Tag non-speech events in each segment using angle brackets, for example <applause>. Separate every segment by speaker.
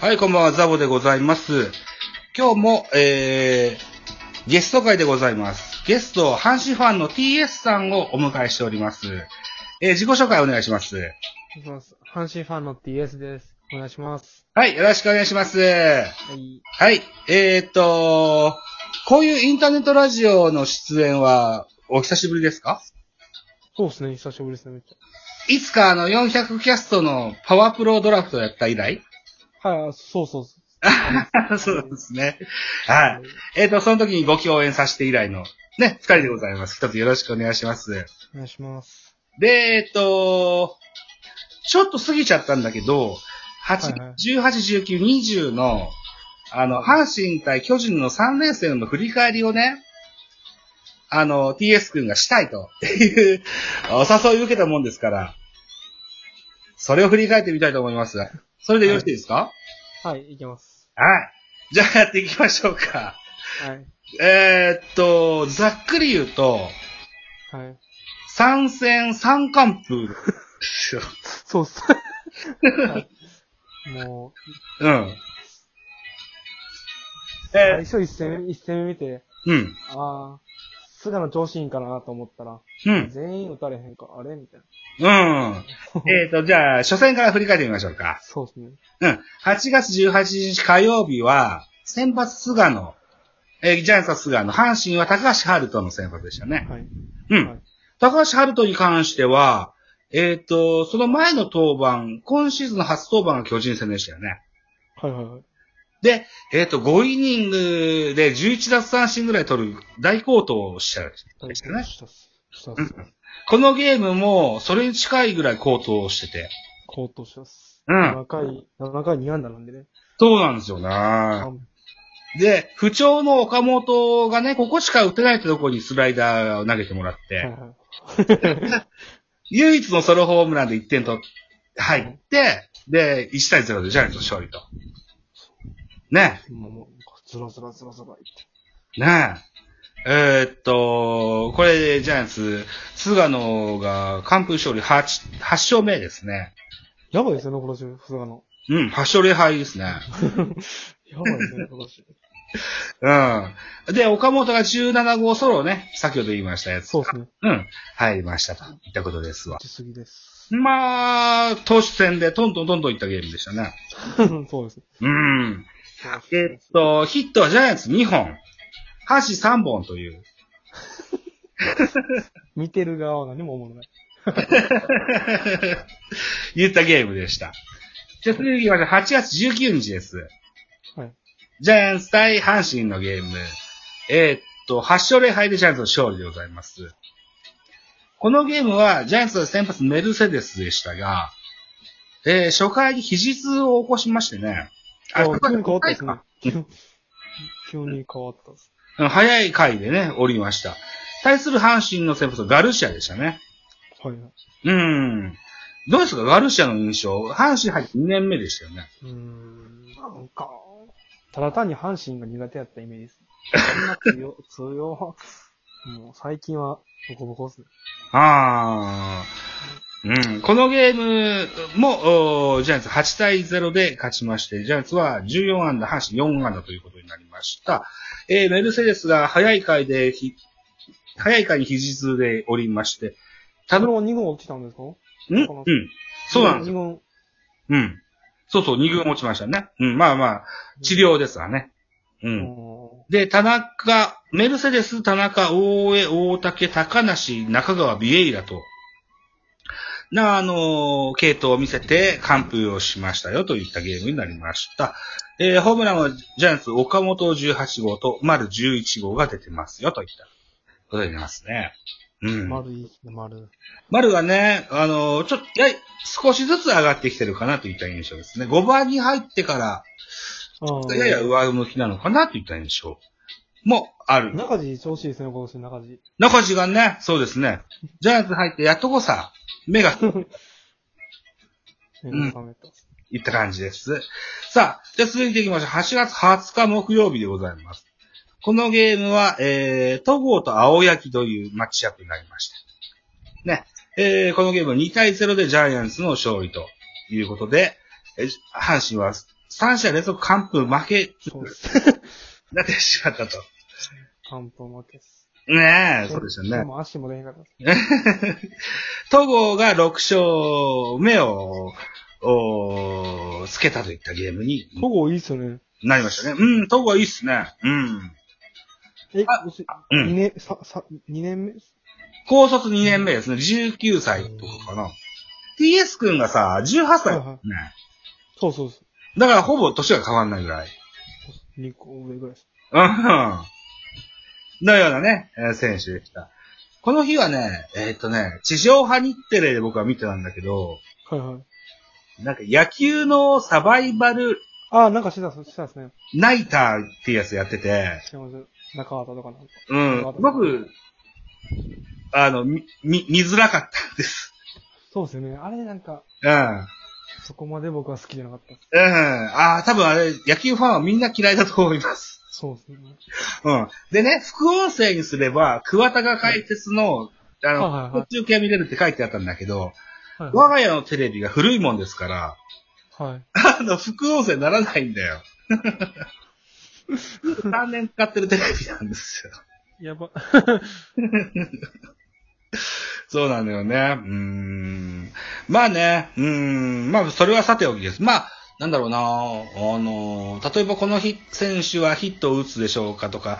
Speaker 1: はい、こんばんは、ザボでございます。今日も、えー、ゲスト会でございます。ゲスト、阪神ファンの TS さんをお迎えしております。えー、自己紹介お願いします。
Speaker 2: いきます。阪神ファンの TS です。お願いします。
Speaker 1: はい、よろしくお願いします。
Speaker 2: はい。
Speaker 1: はい、えーっと、こういうインターネットラジオの出演は、お久しぶりですか
Speaker 2: そうですね、久しぶりですね、めっち
Speaker 1: いつかあの、400キャストのパワープロドラフトやった以来
Speaker 2: ゃ。はい、あそうそうそ
Speaker 1: <laughs>
Speaker 2: う。
Speaker 1: そうですね。
Speaker 2: <laughs>
Speaker 1: はい。えっ、と、その時にご共演させて以来の、ね、二人でございます。一つよろしくお願いします。
Speaker 2: お願いします。
Speaker 1: で、えっ、と、ちょっと過ぎちゃったんだけど、8
Speaker 2: はいはい
Speaker 1: 18、19、20の、あの、阪神対巨人の3連戦の振り返りをね、あの、TS 君がしたいというお誘いを受けたもんですから、それを振り返ってみたいと思います。それでよろしいですか
Speaker 2: はい、いきます。
Speaker 1: はい。じゃあやっていきましょうか。
Speaker 2: はい。
Speaker 1: えーっと、ざっくり言うと、
Speaker 2: はい。
Speaker 1: 参戦三冠風。
Speaker 2: <laughs> そうっす。はいもう、
Speaker 1: うん。
Speaker 2: 最
Speaker 1: え
Speaker 2: 初一戦目、一戦目見て、
Speaker 1: ー、うん。
Speaker 2: あー、菅野調子いいんかなと思ったら、
Speaker 1: うん。
Speaker 2: 全員打たれへんか、あれみたいな。
Speaker 1: う
Speaker 2: <laughs>
Speaker 1: ん。えーっと、じゃあ、初戦から振り返ってみましょうか。
Speaker 2: そうっすね。
Speaker 1: うん。8月18日火曜日は、先発菅野。えージャイアンツは菅野。阪神は高橋春人の先発でしたね。
Speaker 2: はい。
Speaker 1: う
Speaker 2: は
Speaker 1: ん
Speaker 2: い。
Speaker 1: 高橋春人に関しては、えーっと、その前の登板、今シーズンの初登板が巨人戦でしたよね。
Speaker 2: はいはいはい。
Speaker 1: で、えっ、と、5イニングで11奪三振ぐらい取る大好投をしたんですよね。
Speaker 2: したっす。したっす。
Speaker 1: このゲームも、それに近いぐらい好投をしてて。
Speaker 2: 高騰したっす。
Speaker 1: うん
Speaker 2: 7回、7回2安打なんでね。
Speaker 1: そうなんですよね。で、不調の岡本がね、ここしか打てないってとこにスライダーを投げてもらって、
Speaker 2: はいはい。
Speaker 1: 唯一のソロホームランで1点と入って、で、1対0でジャイアンツの勝利と。ね、
Speaker 2: もう、もう、ずらずらずらずらいって。
Speaker 1: ねえ。えーっと、これでジャイアンツ、菅野が完封勝利 8, 8勝目ですね。
Speaker 2: やばいですよね、今年、ふさがの。
Speaker 1: うん、8勝0敗ですね。
Speaker 2: やばいですね、今年。
Speaker 1: うん。で、岡本が17号ソロをね、先ほど言いましたやつ。
Speaker 2: <laughs> そうですね。
Speaker 1: うん、入りましたと。いったことですわ。
Speaker 2: 打ちすぎです。
Speaker 1: まあ、投手戦でトントントントンいったゲームでしたね。
Speaker 2: <laughs> そうですね。
Speaker 1: うん。えーっと、ヒットはジャイアンツ2本、箸3本という。
Speaker 2: 見てる側は何も思わない。
Speaker 1: <laughs> 言ったゲームでした。じゃあ、次行きましょう。8月19日です。
Speaker 2: はい。
Speaker 1: ジャイアンツ対阪神のゲーム。えーっと、8勝0敗でジャイアンツの勝利でございます。このゲームは、ジャイアンツの先発メルセデスでしたが、えー初回に肘痛を起こしましてね。
Speaker 2: あ、急に変わったですね
Speaker 1: か。
Speaker 2: 急急に変わったです。
Speaker 1: うん早い回でね、降りました。対する阪神の先発はガルシアでしたね。
Speaker 2: はいはい。
Speaker 1: うん。どうですかガルシアの印象。阪神入って2年目でしたよね。
Speaker 2: うーん、なんか、ただ単に阪神が苦手やったイメージです。
Speaker 1: <laughs>
Speaker 2: そんな強、強、もう最近はボコボコですね。
Speaker 1: ああ。うん。このゲームも、おージャイアンツ8対0で勝ちまして、ジャイアンツは14安打、阪神4安打ということになりました。えー、メルセデスが早い回でひ、早い回に肘痛で降りまして、た
Speaker 2: タ
Speaker 1: ぶ
Speaker 2: ブ
Speaker 1: ん、
Speaker 2: ロー2軍落ちたんですか
Speaker 1: うんそうなんです
Speaker 2: 二
Speaker 1: よ。
Speaker 2: 軍。
Speaker 1: うん。そうそう、2軍落ちましたね。うん、まあまあ、治療ですわね。うん
Speaker 2: うん。
Speaker 1: で、田中、メルセデス、田中、大江、大竹、高梨、中川、ビエイラと、な、あのー系統を見せて、完封をしましたよといったゲームになりました。えーホームランはジャイアンツ、岡本18号と丸11号が出てますよといったことになりますね。うん。丸
Speaker 2: 丸いいですね、丸。
Speaker 1: がね、あのーちょっと、やい少しずつ上がってきてるかなといった印象ですね。5番に入ってか
Speaker 2: あ
Speaker 1: ら、やや上向きなのかなといった印象もある。
Speaker 2: 中地調子いいですね、今年中地。
Speaker 1: 中地がね、そうですね。ジャイアンツ入ってやっとこさ、目が
Speaker 2: ね
Speaker 1: うん
Speaker 2: 収めたっす
Speaker 1: いった感じです。さあ、じゃあ続いていきましょう。8月20日木曜日でございます。このゲームは、えー、戸郷と青柳というマッチアップになりました。ね。えー、このゲームは2対0でジャイアンツの勝利ということで、えー阪神は3試合連続完封負け、
Speaker 2: そうです。
Speaker 1: なってしまったと。
Speaker 2: 完封負けです。
Speaker 1: ねえ、そうですよ
Speaker 2: 手
Speaker 1: ね。
Speaker 2: も足も出へんかったです。
Speaker 1: <laughs> 戸郷が6勝目を、おーつけたといったゲームに
Speaker 2: 戸郷いいっすよね。
Speaker 1: なりましたね。うん、戸郷いいっすね。うん。
Speaker 2: え、
Speaker 1: あ
Speaker 2: うし
Speaker 1: う
Speaker 2: 二
Speaker 1: ん。
Speaker 2: 年、さ、さ、二年目
Speaker 1: 高卒2年目ですね。19歳ってことかな。TS 君がさ、18歳、
Speaker 2: はい
Speaker 1: ね
Speaker 2: は。そうそうそ
Speaker 1: だからほぼ年が変わんないぐらい。
Speaker 2: う。2個上ぐらいです。
Speaker 1: うん。のようなね、えー選手でした。この日はね、えーっとね、地上波日テレで僕は見てたんだけど、
Speaker 2: はいはい。
Speaker 1: なんか野球のサバイバル
Speaker 2: あー、なんかしてた、してたですね。
Speaker 1: ナイターってやつやってて、
Speaker 2: してました。中畑とかなんか。
Speaker 1: うん、すごく、あの、み、み見づらかったんです。
Speaker 2: そうですよね。あれなんか、
Speaker 1: うん。
Speaker 2: そこまで僕は好きじゃなかったです。
Speaker 1: うん。ああ、多分あれ、野球ファンはみんな嫌いだと思います。 <laughs>
Speaker 2: そうですね。
Speaker 1: うん。でね、副音声にすれば、桑田が解説の、あの、
Speaker 2: はいはいはい
Speaker 1: 中継が見れるって書いてあったんだけど、
Speaker 2: はい
Speaker 1: 我
Speaker 2: は
Speaker 1: が家のテレビが古いもんですから、
Speaker 2: い。はい。
Speaker 1: あの、副音声にならないんだよ。3年使ってるテレビなんですよ。
Speaker 2: や
Speaker 1: <laughs>
Speaker 2: ば。
Speaker 1: そうなのよね。うーん。まあね、うーん。まあ、それはさておきです。まあ、なんだろうな、あの、例えばこの日、選手はヒットを打つでしょうかとか、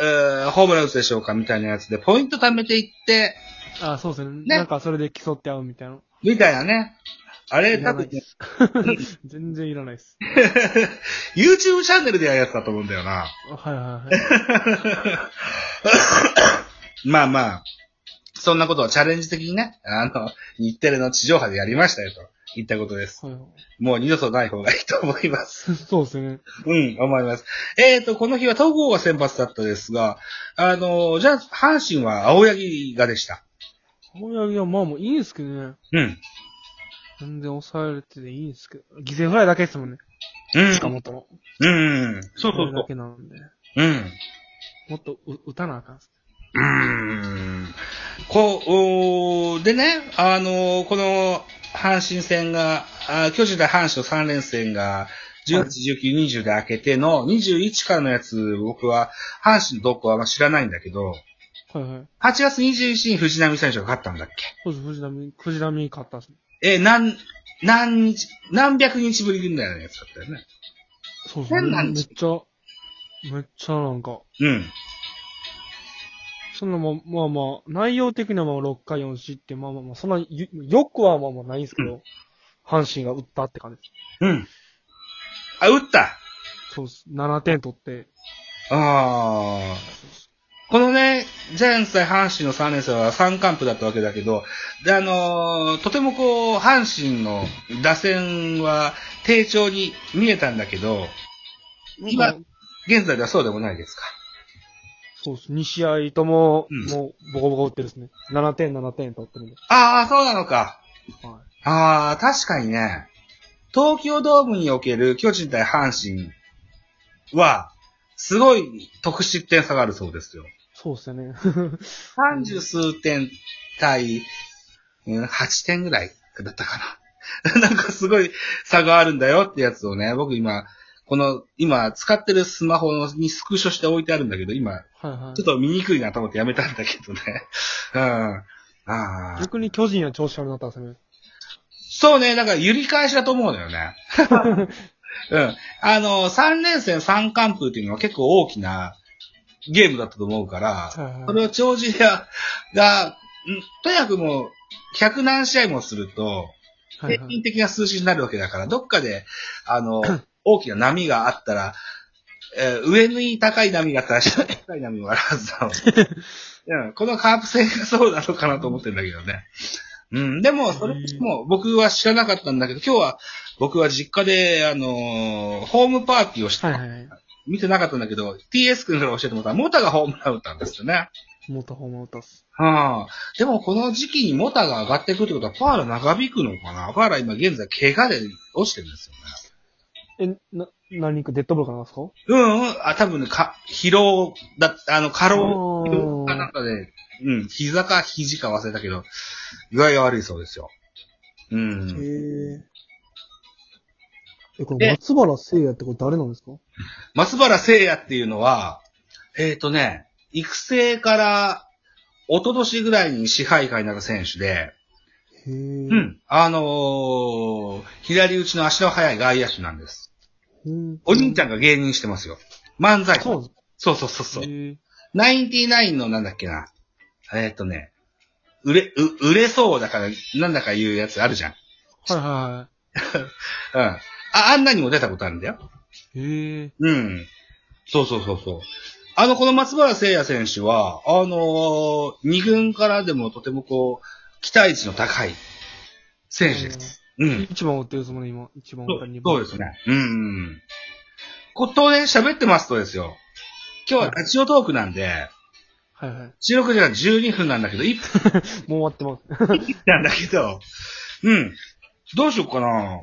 Speaker 1: えーホームラン打つでしょうかみたいなやつで、ポイント貯めていって、
Speaker 2: あー、そうですね。
Speaker 1: ね
Speaker 2: なんかそれで競って合うみたいな。
Speaker 1: みたいなね。あれ、
Speaker 2: い
Speaker 1: 多
Speaker 2: らない
Speaker 1: 分
Speaker 2: で
Speaker 1: ね、
Speaker 2: す。 <laughs> 全然いらないです。
Speaker 1: <laughs> YouTube チャンネルでやるやつだと思うんだよな。 <laughs>
Speaker 2: はいはいはい。
Speaker 1: まあまあ、そんなことをチャレンジ的にね、あの、日テレの地上波でやりましたよと言ったことです。
Speaker 2: はいは
Speaker 1: <laughs> もう二度とない方がいいと思います。
Speaker 2: い、そうですね。
Speaker 1: うん、思います。えっ、と、この日は東郷が先発だったですが、あの、じゃあ、阪神は青柳がでした。
Speaker 2: 青柳はまあもういいんですけどね。
Speaker 1: うん。
Speaker 2: 全然抑えれてていいんですけど。犠牲フライだけですもんね。
Speaker 1: うん。
Speaker 2: 近本の。
Speaker 1: うん。そう
Speaker 2: こ
Speaker 1: そうそ
Speaker 2: れだ
Speaker 1: う。
Speaker 2: けなんで。
Speaker 1: うん。
Speaker 2: もっとう打たなあかんっす。
Speaker 1: うーん。こう、おーでね、あのーこの阪神戦が、あー巨人対阪神の3連戦が、18、19、20で開けての、21からのやつ、僕は、阪神の動向はあんま知らないんだけど、
Speaker 2: はいはい。
Speaker 1: 8月21日に藤波選手が勝ったんだっけ
Speaker 2: そうです、藤波、藤波勝ったっすね。
Speaker 1: えー、何、何日、何百日ぶりぐらいのやつだったよね。
Speaker 2: そうです
Speaker 1: 変
Speaker 2: ね。
Speaker 1: なん
Speaker 2: め
Speaker 1: で
Speaker 2: っ
Speaker 1: す
Speaker 2: ちゃ、めっちゃなんか、
Speaker 1: うん。
Speaker 2: そんなまあまあまあ、内容的なまあ6回4失って、まあまあまあ、そんなよ、よくはまあまあないんですけど、阪神が打ったって感じで
Speaker 1: うん。あ、打った
Speaker 2: す。そうです。7点取って、
Speaker 1: ああ。このね、ジャイアンツ対阪神の3連戦は3完封だったわけだけど、で、あのーとてもこう、阪神の打線は低調に見えたんだけど、今、現在ではそうでもないですか。
Speaker 2: そうです。2試合とも、
Speaker 1: うん
Speaker 2: もう、ボコボコ打ってるですね。7点、7点取ってるんで。
Speaker 1: ああ、そうなのか。
Speaker 2: は
Speaker 1: ああ、確かにね、東京ドームにおける巨人対阪神は、すごい得失点差があるそうですよ。
Speaker 2: い。そうですよね。
Speaker 1: 三十数点対、うん、8点ぐらいだったかな。 <laughs> なんかすごい差があるんだよってやつをね、僕今、この、今使ってるスマホにスクショして置いてあるんだけど、今、
Speaker 2: はいは
Speaker 1: ちょっと見にくいなと思ってやめたんだけどね。 <laughs> うん。あ
Speaker 2: い。
Speaker 1: あ。
Speaker 2: 逆に巨人は調子悪くなったんですよね。
Speaker 1: そうね、なんか揺り返しだと思うのよ
Speaker 2: <laughs>
Speaker 1: ね。うん。あの、3連戦3完封っていうのは結構大きなゲームだったと思うから、
Speaker 2: はいはい
Speaker 1: それを長寿屋が、んとにかくもう、100何試合もすると、
Speaker 2: はい
Speaker 1: 平
Speaker 2: は
Speaker 1: 均
Speaker 2: い。
Speaker 1: 的な数字になるわけだから、どっかで、あ
Speaker 2: <clears throat>
Speaker 1: の、大きな波があったら、えー上に高い波があったら、下に高い波もあるはずなの。
Speaker 2: <laughs>
Speaker 1: うん、このカープ戦がそうなのかなと思ってるんだけどね。うん、でも、それも僕は知らなかったんだけど、今日は僕は実家で、あのーホームパーティーをして、
Speaker 2: はいはいは
Speaker 1: 見てなかったんだけど、TS 君から教えてもらったら、モタがホームラン打ったんですよね。
Speaker 2: い。もっとホーム打ったっす。
Speaker 1: はあ、でもこの時期にモタが上がってくるってことは、ファーラ長引くのかなファーラ今現在怪我で落ちてるんですよね。
Speaker 2: え、な、何かデッドボールかなんですか
Speaker 1: うんうん、あ、多分ね、か、疲労だ、あの、過労、
Speaker 2: おー
Speaker 1: 疲労かなんかで、うん、膝か肘か忘れたけど、具合が悪いそうですよ。う
Speaker 2: へ
Speaker 1: ん。
Speaker 2: え。え、こ
Speaker 1: で
Speaker 2: れ松原聖也ってこれ誰なんですか
Speaker 1: 松原聖也っていうのは、えっ、とね、育成から、一昨年ぐらいに支配下になる選手で、
Speaker 2: へえ。
Speaker 1: う。ん。あのー左打ちの足の速い外野手なんです。
Speaker 2: うん。
Speaker 1: お兄ち
Speaker 2: ゃ
Speaker 1: ゃんが芸人してますよ。漫才。
Speaker 2: そうなんです
Speaker 1: そうそうそうそ
Speaker 2: か
Speaker 1: う。
Speaker 2: へえ
Speaker 1: ナインティナインのなんだっけな。えっ、とね、売れ、う売れそうだから、なんだか言うやつあるじゃん。
Speaker 2: はいは
Speaker 1: うん。あ、あんなにも出たことあるんだよ。
Speaker 2: いはい。へえ。
Speaker 1: うん。そうそうそうそう。あの、この松原聖也選手は、あのー、二軍からでもとてもこう、期待値の高い選手です。う
Speaker 2: うん
Speaker 1: ん。
Speaker 2: 一番追ってるですもんね、今。一番
Speaker 1: そ
Speaker 2: 追った
Speaker 1: う
Speaker 2: り二番。
Speaker 1: そうですね。うんうん。ことで喋ってますとですよ。今日はラジオトークなんで、
Speaker 2: はいはい。
Speaker 1: 収録時間12分なんだけど、1分
Speaker 2: もう終わってます。
Speaker 1: なんだけど、うん。どうしようかな。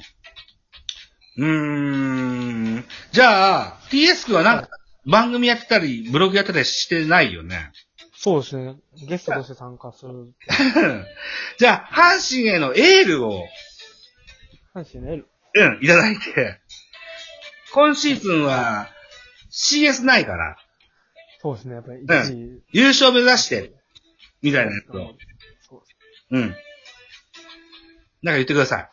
Speaker 1: うーん。じゃあ、TS 君はなんか、番組やってたり、ブログやってたりしてないよね。 <laughs>
Speaker 2: そうですね。ゲストとして参加する。
Speaker 1: じゃあ、阪神へのエールを、
Speaker 2: 阪神のエール。
Speaker 1: うん、いただいて。今シーズンは、CS ないから、
Speaker 2: そうですね、やっぱり一位。
Speaker 1: 優勝目指して、みたいなやつ
Speaker 2: そう
Speaker 1: を。
Speaker 2: です
Speaker 1: う
Speaker 2: ね
Speaker 1: ん。なんか言ってください。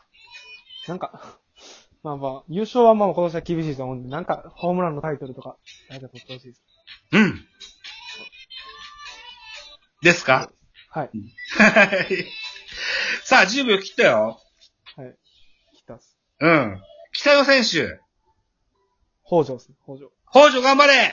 Speaker 2: なんか、 <laughs> まあまあ、優勝はまあ今年は厳しいと思うんで、なんかホームランのタイトルとか、誰か取ってほしいです。
Speaker 1: うん。ですか
Speaker 2: はい。
Speaker 1: はい。さあ、10秒切ったよ。
Speaker 2: はい。来たっす。
Speaker 1: うん。北野選手、
Speaker 2: 北条っすね、北条。
Speaker 1: 北条頑張れ